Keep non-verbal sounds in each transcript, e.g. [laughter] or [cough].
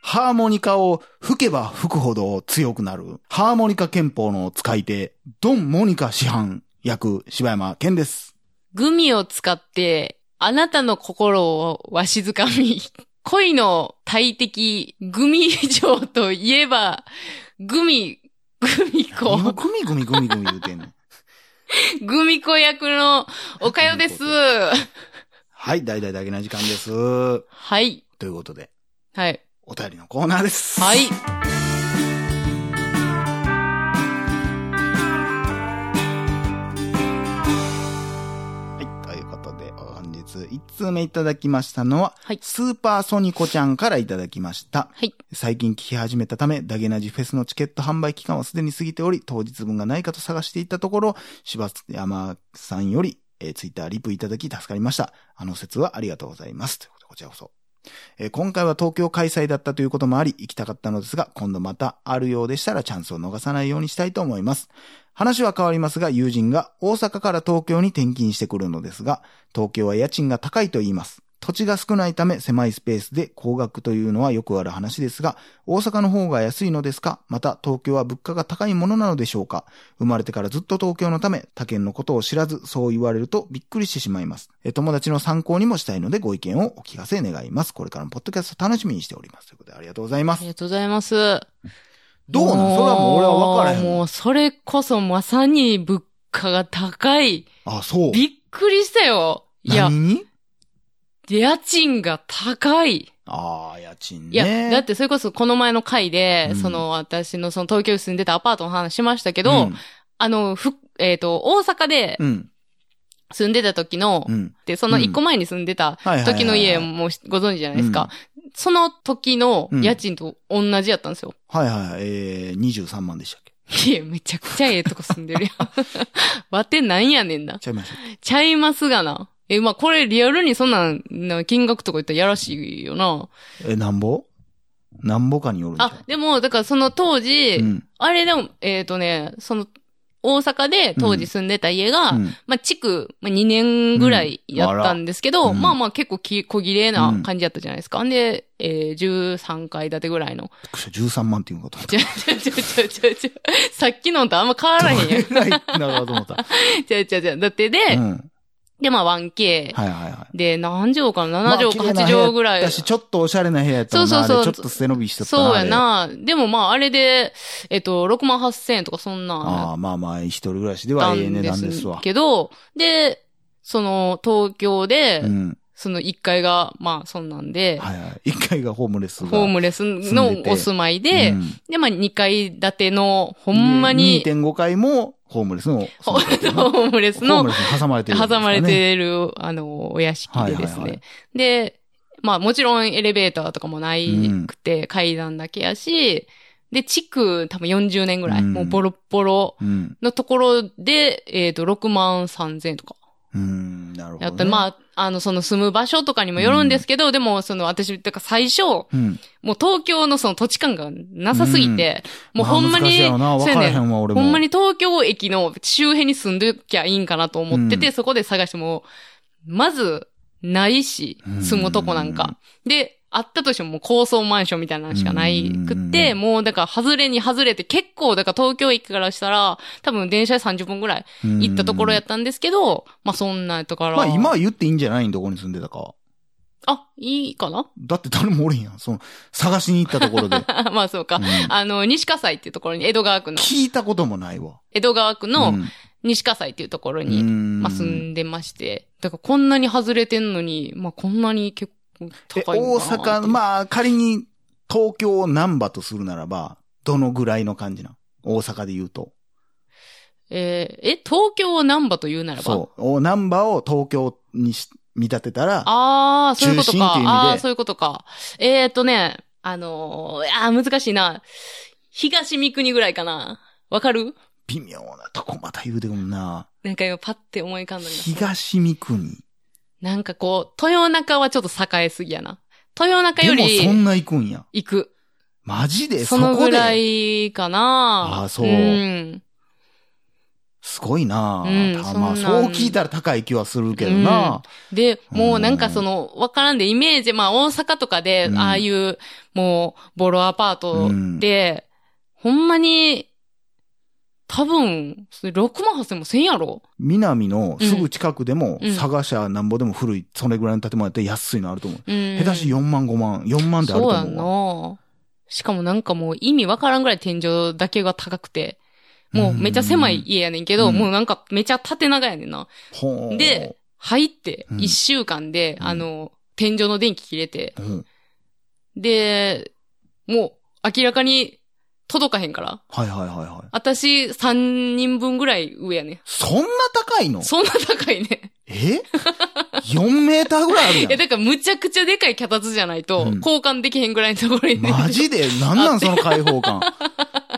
ハーモニカを吹けば吹くほど強くなる、ハーモニカ憲法の使い手、ドン・モニカ師範役、柴山健です。グミを使って、あなたの心をわしづかみ、 [laughs] 恋の大敵、グミ城といえば、グミ、グミもう子、グミグミグミグミ言うてんねん。グミ子役のおかよですグ。はい、大々だけな時間です。とはい。いうことで、はい。お便りのコーナーです。はい。。はい、ということで、本日1通目いただきましたのは、はいスーパーソニコちゃんからいただきました。はい最近聞き始めたため、ダゲナジフェスのチケット販売期間はすでに過ぎており、当日分がないかと探していたところ、柴山さんより、えツイッター Twitter リプいただき助かりました。あの説はありがとうございます。ということで、こちらこそ。えー今回は東京開催だったということもあり、行きたかったのですが、今度またあるようでしたらチャンスを逃さないようにしたいと思います。話は変わりますが、友人が大阪から東京に転勤してくるのですが、東京は家賃が高いと言います。土地が少ないため狭いスペースで高額というのはよくある話ですが、大阪の方が安いのですかまた東京は物価が高いものなのでしょうか生まれてからずっと東京のため、他県のことを知らず、そう言われるとびっくりしてしまいます。え友達の参考にもしたいのでご意見をお聞かせ願います。これからのポッドキャスト楽しみにしております。ということでありがとうございまありす。がとうございます。どうなんそれはもう俺は分からへんもう、それこそまさに物価が高い。あ、そう。びっくりしたよ。いや何、に家賃が高い。ああ、家賃ね。いや、だってそれこそこの前の回で、うんその私のその東京に住んでたアパートの話しましたけど、うん、あの、ふ、えっ、と、大阪でうん。住んでた時の、うん。で、その一個前に住んではたいはいはいはい時の家もご存知じゃないですか。その時の家賃と同じやったんですよ。 [laughs] はいはい、えー、23万でしたっけいや、めちゃくちゃええとこ住んで [laughs] るやん。わてなんやねんな。ちゃいましたっけちゃいますがな。え、まあ、これリアルにそんなんな金額とか言ったらやらしいよな。え、なんぼなんぼかによるんじゃあ、でも、だからその当時、うん。あれでも、えっ、とね、その、大阪で当時住んでた家が、うんまあ、地区、まあ、2年ぐらいやったんですけうんど、あらうんまあまあ結構き小切れな感じだったじゃないですか。ん、で、えー、13階建てぐらいの。 [laughs] びっくりした13万っていうのかと思った。ちょちょちょちょちょちょ、さっきのとあんま変わらへんやん。ないなるほど思った。ちょちょちょ、だってで、うん。でまあ 1K、はいはいはい。で、何畳かな ?7 畳かまあ綺麗な部8屋畳ぐらい。だし、ちょっとおしゃれな部屋やったもんなそうそうそうあれちょっと背伸びしとったそうやあれ。な。でもまああれで、えっ、と、6万8000円とかそんなんああ、まあまあ、一人暮らしでったはええん値で段すですわ。けど、で、その、東京で、うん。その1階が、まあ、そんなんで、はいはい。一階がホームレスが。ホームレスの住んでてお住まいで、うんで、まあ、2階建ての、ほんま [laughs] に、 2.5階もホームレス [laughs] の。ほホームレスホームの、レスに挟まれてるわけです挟よね。まれてる、あの、お屋敷でですね。はいはいはいで、まあ、もちろんエレベーターとかもないくて、階段だけやし、で、地区、多分40年ぐらい、うんもうボロッボロうん。のところで、えっ、と、6万3000円とか。うん、なるほど、ね。やった、まあ、あの、その住む場所とかにもよるんですけど、でも、その私、だから最初、もうん。う東京のその土地感がなさすぎて、もうまあほんま難しに、いやろな、分そうやからねへんわ、俺も。ほんまに東京駅の周辺に住んできゃいいんかなと思ってて、うそこで探しても、まず、ないしう、ん住むとこなんか。で、あったとしてももう高層マンションみたいなのしかないくって、うんもうだから外れに外れて結構、だから東京駅からしたら、多分電車で30分ぐらいうん行ったところやったんですけど、まあそんなところ。まあ今は言っていいんじゃないどこに住んでたか。あ、いいかな [laughs] だって誰もおれへんやん。その、探しに行ったところで。うんまあそうか。あの、西葛西っていうところに、江戸川区の、聞いたこともないわ。江戸川区うのん西葛西っていうところうに、んまあ住んでまして。だからこんなに外れてんのに、まあこんなに結構え高い大のかな阪、あ。まあ仮に東京を難波とするならば、どのぐらいの感じなん大阪で言うと。えーえ、東京を難波と言うならば。そう。お難波を東京にし見立てたら、ああ、そういうこと中心っかていう意。味でああー、そういうことか。えー、っとね、あのー、あー難しいな。東三国ぐらいかな。わかる微妙なとこまた言うてくんな。なんか今パッて思い浮かんだけど。東三国。なんかこう、豊中はちょっと栄えすぎやな。豊中よでもそんりな行くんや。行く。マジでそのぐらい。いかな。あそううん。すごいなあ、うんたまあ、そそんなうん聞いたら高い気はするけどな、で、もうなんかその、わからんで、イメージ、まあ大阪とかでう、んああいう、もう、ボロアパートで、ほんまに、多分、6万8000もせんやろ南のすぐ近くでも、うん佐賀社なんぼでも古い、それぐらいの建物やったら安いのあると思う。うん。下手し4万5万、4万であるとそうや思んうわ。なしかもなんかもう意味わからんぐらい天井だけが高くて、もうめっちゃ狭い家やねんけど、うんもうなんかめちゃ縦長やねんな。ほうで、入ってうん1週間で、うんあの、天井の電気切れて、うんで、もう明らかに届かへんから。はいはいはいはい。私3人分ぐらい上やねん。そんな高いのそんな高いね。え ?4 メーターぐらいあるやんえ、。だからむちゃくちゃでかい脚立じゃないと、うん交換できへんぐらいのところにね。マジでなんなんその開放 [laughs] 感。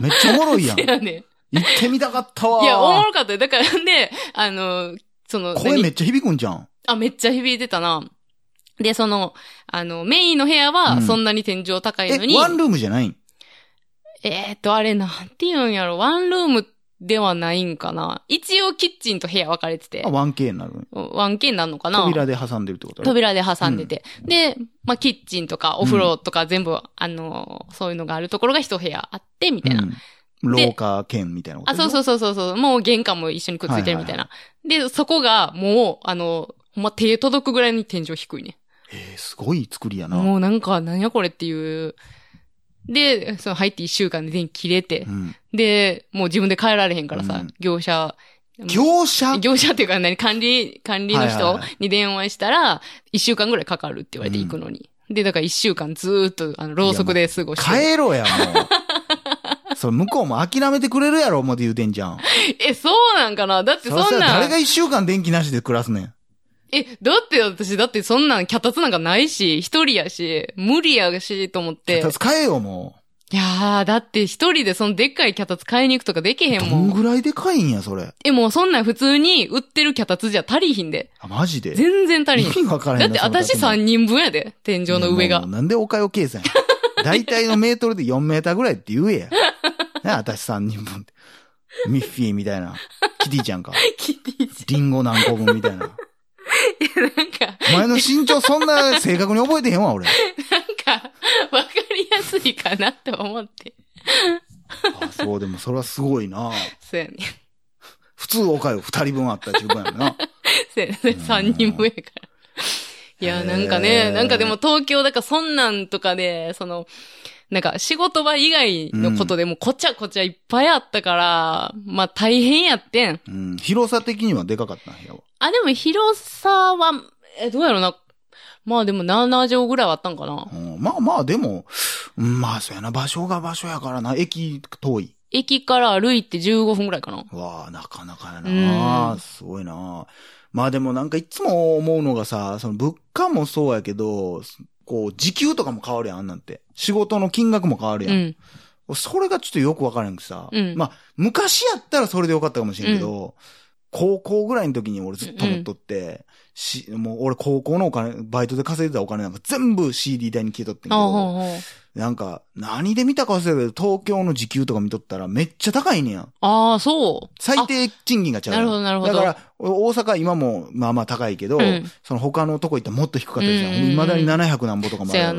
めっちゃおもろいやん。せ行やねん。ってみたかったわ。いや、おもろかったよ。だから、で、あの、その、声め何っちゃ響くんじゃん。あ、めっちゃ響いてたな。で、その、あの、メインの部屋うは、んそんなに天井高いのえ、に、ワンルームじゃないんえーっと、あれ、なんて言うんやろ、ワンルームではないんかな。一応、キッチンと部屋分かれててあ、、1K になる。 1K になるのかな扉で挟んでるってこと扉で挟んでて。で、まあ、キッチンとかお風呂とか全部、あの、そういうのがあるところが一部屋あって、みたいな。うん。廊下兼みたいなこと。あ、そうそううそうそうそう。もう玄関も一緒にくっついてるみたいな。で、そこがもう、あの、ほんま手届くぐらいに天井低いね。えー、すごい作りやな。もうなんか、なんやこれっていう。で、その入って一週間で電気切れてう。んで、もう自分で帰られへんからさ、うん業者。業者業者っていうか何管理、管理のはいはい人はいに電話したら、一週間ぐらいかかるって言われてうん行くのに。で、だから一週間ずーっと、あの、ろうそくで過ごして。帰ろや、も [laughs] う。それ向こうも諦めてくれるやろ、思って言うてんじゃん。え、そうなんかなだってそしそたんらな誰がん、一週間電気なしで暮らすねん。え、だって私、だってそんなん脚立なんかないし、一人やし、無理やし、と思って。脚立買えよ、もいやー、だって一人でそのでっかい脚立買いに行くとかできへう。んどもんん。ぐらいでかいんや、それ。え、もうそんなん普通に売ってる脚立じゃ足りひんで。あ、マジで。全然足り意ひん。味わからだへっんてな。そ私の建物3人分やで、天井の上いやもがう。なんでおかよ計算 [laughs] や。大体のメートルで4メーターぐらいって言えや。ね、私3人分って。ミッフィーみたいな。キティちゃんか。 [laughs] キティちリンゴ何個分みたいな。ゃんなんか、お前の身長そんな正確に覚えてへんわ、俺。なんか、わかりやすいかなって思って。 [laughs] あそう、でもそれはすごいなそうやね。 [laughs] 普通おかよ2人分あったら十分やろな。そうやね。3人分やから。いや、なんかへーね、なんかでも東京、だからそんなんとかで、その、なんか仕事場以外のことでもうこちゃこちゃいっぱいあったから、まあ大変やってん。うん。広さ的にはでかかったんやわ。あ、でも広さは、え、どうやろな。まあでも7畳ぐらいはあったんかな。うん、まあまあ、でも、うんまあそうやな、場所が場所やからな、駅遠い。駅から歩いて15分ぐらいかな。わあ、なかなかやな、うんすごいなまあでもなんかいつも思うのがさ、その物価もそうやけど、こう、時給とかも変わるやん、あんなんて。仕事の金額も変わるうやん。ん。それがちょっとよくわからんくてさ、うんまあ、昔やったらそれでよかったかもしれんけど、高校ぐらいの時に俺ずっと思っとって、し、もう俺高校のお金、バイトで稼いでたお金なんか全部 CD 代に消えとってんけあど、ほうほうなんか、何で見たか忘れたけど、東京の時給とか見とったらめっちゃ高いねや。あー、そう。最低賃金が違うやん。なるほど、なるほど。だから、お大阪は今もまあまあ高いけど、うんその他のとこ行ったらもっと低かったじゃん。うんうんうん未だに700なんぼとかもあそるややろうし。だか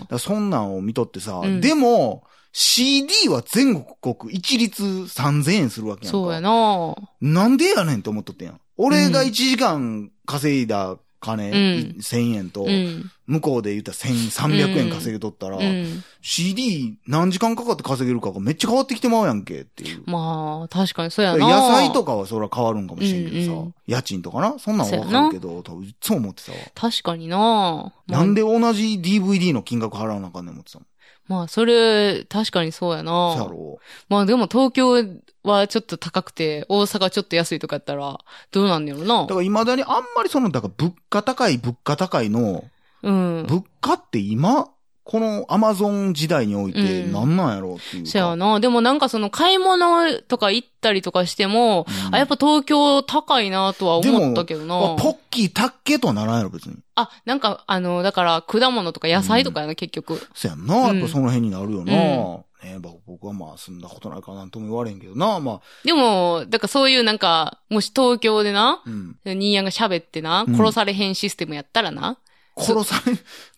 ならそんなんを見とってさ、うんでも、CD は全国一律3000円するわけやんか。そうやななんでやねんって思っとってんやん。俺が1時間稼いだ金、うん1000円と、うん。向こうで言ったら1300円稼げとったら、うん。 CD 何時間かかって稼げるかがめっちゃ変わってきてまうやんけっていう。まあ、確かにそうやな野菜とかはそら変わるんかもしれんけどさ、うんうん家賃とかなそんなんはわかるけど、多分いつも思ってたわ。確かになまあなんで同じ DVD の金額払わなあかんねん思ってたもん。まあ、それ、確かにそうやそやなろまあ、でも東京はちょっと高くて、大阪ちょっと安いとかやったら、どうなんだろうなだから未だにあんまりその、だから物価高い物価高いの、うん。物価って今、このアマゾン時代においてうん何なんやろうっていうか。そうやな。でもなんかその買い物とか行ったりとかしても、うんあ、やっぱ東京高いなとは思ったけどあな。ポッキーたっけとはならんやろ、別に。あ、なんかあの、だから果物とか野菜とかやな、結局。そやんな。やっぱその辺になるよな。うんねまあ僕はまあ、そんなことないからなんとも言われへんけどな。まあ、でも、だからそういうなんか、もし東京でな、うん。ニーヤンが喋ってな、うん殺されへんシステムやったら [laughs] な。殺され、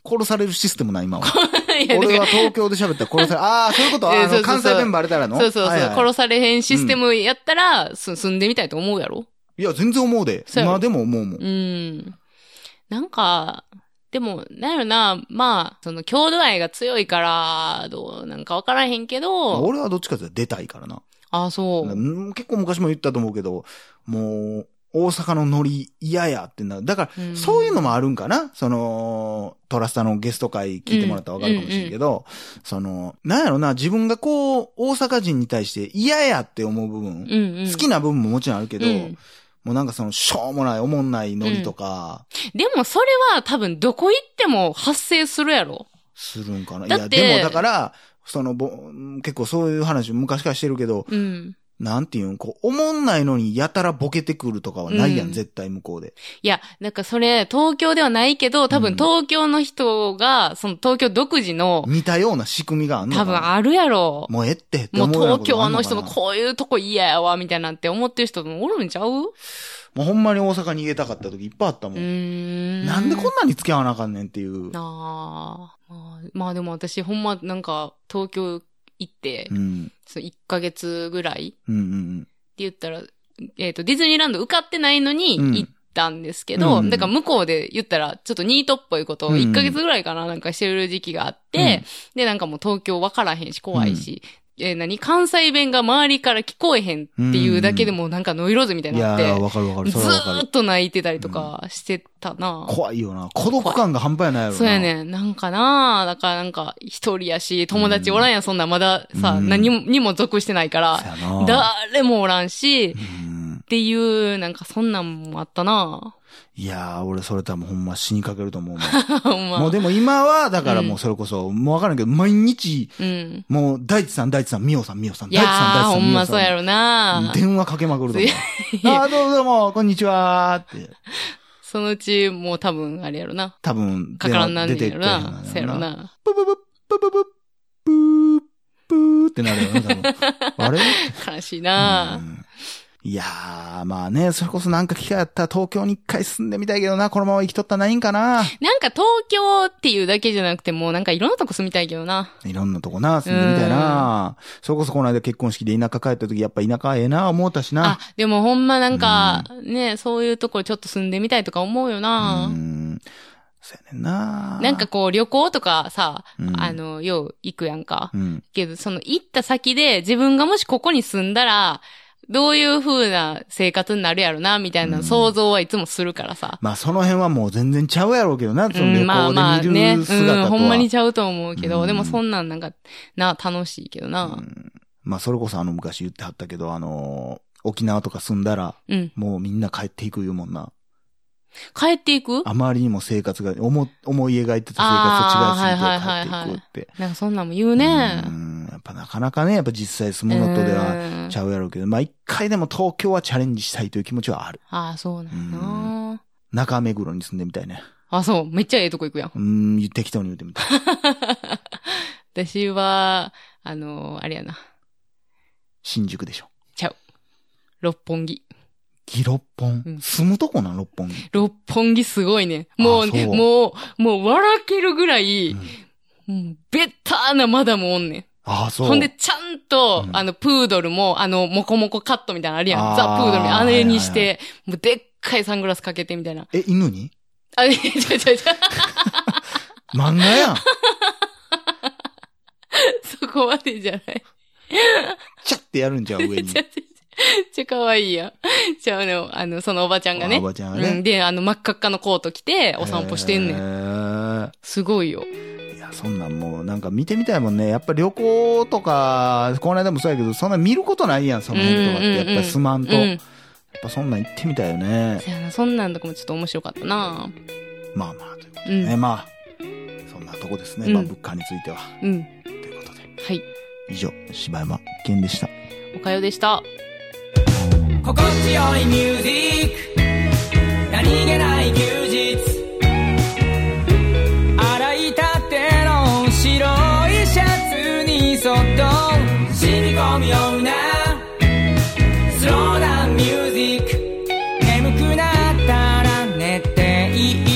殺されるシステムな、今は。いやだから俺は東京で喋ったら殺さ [laughs] れ、ああ、そういうことえーあその、うそうそう関西弁バレたらのそうそうそう、はいはい殺されへんシステムやったら、す住んでみたいと思うやろいや、全然思うで。そうやろ今でも思うもん。うん。なんか、でも、なんやろな、まあ、その、郷土愛が強いから、どうなんかわからへんけど、俺はどっちかというと出たいからな。あ、そう。うん結構昔も言ったと思うけど、もう、大阪のノリ嫌やってな。だから、うんそういうのもあるんかなその、トラスタのゲスト会聞いてもらったらわかるかもしれんけど、その、なんやろな、自分がこう、大阪人に対して嫌やって思う部分、うんうん。好きな部分ももちろんあるけど、うんもうなんかその、しょうもない、おもんないノリとか、でも、それは多分、どこ行っても発生するやろ。するんかな。いだや、ってでもだから、その、ぼ結構そういう話昔からしてるけど、うん。なんていうん、こう、おもんないのにやたらボケてくるとかはないやん、うん絶対向こうで。いや、なんかそれ、東京ではないけど、多うん分東京の人が、その東京独自の、似たような仕組みがあんのか多な分あるやろ。もうええってってもう思うような東こと京あんのか人なのこういうとこ嫌やわ、みたいなんて思ってる人もおるんちゃうもうほんまに大阪に逃げたかった時いっぱいあったうもん。ーん。なんでこんなに付き合わなあかんねんっていう。なあまあ。まあでも私、ほんま、なんか、東京行って、うん。その1ヶ月ぐらいってうんうんうん。言ったら、えっ、と、ディズニーランド受かってないのにうん行ったんですけど、うんだから向こうで言ったら、ちょっとニートっぽいことをうん1ヶ月ぐらいかな、なんかしてる時期があって、で、なんかもう東京わからへんし、怖いし、えー何関西弁が周りから聞こえへんっていうだけでもなんかノイローズみたいいになやって、ー、わかるわかる。ずそれはわかーるっ。と泣いてたりとかしてたな。怖いよな。孤独感が半端やないやろな。そうやねん。なんかなだからなんか、一人やし、友達おらんやん、そんなんまだうさ、ん何もにも属してないから、そうやな。誰もおらんし、うっん。ていう、なんかそんなんもあったない [laughs] やー、俺それ多分ほんま死にかけると思うもん。ほんまもうでも今は、だからもうそれこそ、もうわからんけど、毎日、うん。もう大地さん、大地さん、みおさん、みおさん、い大地やさん、ー、大地ほさん、んみおまそうやさん。ろな電話かけまくると思う。いやあー、どうもどうも、こんにちはーって。そのうち、もう多分、あれやろな。多分、かからんなん出ねてんいくやろとな。そうやろ。な。ブブブッブブブッブーブーってなるよね、多分。 [laughs] あれ悲しいなうんいやー、まあね、それこそなんか機会あったら東京に一回住んでみたいけどな、このまま生きとったらないんかな。なんか東京っていうだけじゃなくて、もうなんかいろんなとこ住みたいけどな。いろんなとこな、住んでみたいな。それこそこの間結婚式で田舎帰った時、やっぱ田舎はええな、思ったしなあ。、でもほんまなんか、ね、そういうとこちょっと住んでみたいとか思うよなうん。そうやねんな。なんか、こう旅行とかさ、うんあの、よう行くやんか。うん。けど、その行った先で自分がもしここに住んだら、どういう風な生活になるやろな、みたいな想像はいつもするからさ。まあその辺はもう全然ちゃうやろうけどな、そのう旅んまあまあ行で見ね、うる姿ん、とほんまは。にちゃうと思うけど、うんでもそんなんなんか、な、楽しいけどな。まあそれこそあの昔言ってはったけど、あのー沖縄とか住んだら、うん。もうみんな帰っていく言うもんな。帰っていくあまりにも生活が、思、思い描いてた生活と違いすぎて帰っていくって。なんかそんなんも言うねう。ん。やっぱなかなかね、やっぱ実際住むのとではうんちゃうやろうけど、まあ一回でも東京はチャレンジしたいという気持ちはある。ああ、そうなんやな。中目黒に住んでみたいね。あ、そう。めっちゃええとこ行くやん。うん、適当に言ってみたい。私は、あの、あれやな。新宿でしょ。六本木。ギロッポン。うん住むとこなん、六本木。六本木すごいね。もあう、そうもう、もう笑けるぐらい、うんもうベターなマダムおんねん。ああ、そう。ほんで、ちゃんと、うんあの、プードルも、あの、モコモコカットみたいなのあるやあーん。ザ・プードルみたいな、あれにしはいて、もうでっかいサングラスかけてみたいな。え、犬にあ、いやいやいやいや漫画やん。 [laughs] そこまでじゃない。チャってやるんじゃう、上にち。ゃ、ちゃ、ちゃ、かわいいやん。ちゃうの、あの、そのおばちゃんがあおね。ばちゃんがうねん。。で、あの、真っ赤っかのコート着て、お散歩してんねへん。ーすごいよ。いや、そんなんもう、なんか見てみたいもんね。やっぱ旅行とか、この間もそうやけど、そんな見ることないやん、その辺とかっうんうて。んうんやっぱりすまんと。うやっん。ぱそんなん行ってみたいよね。そやな、そんなんとかもちょっと面白かったなまあまあ、ということうでね。ん。まあ、そそんなとこですね。うんまあ、物価については。うん。ということで。はい。以上、柴山健でした。おかよでした。心地よいミュージック何気ない休日洗いたての白いシャツにそっと染み込むようなスローダウンミュージック眠くなったら寝ていい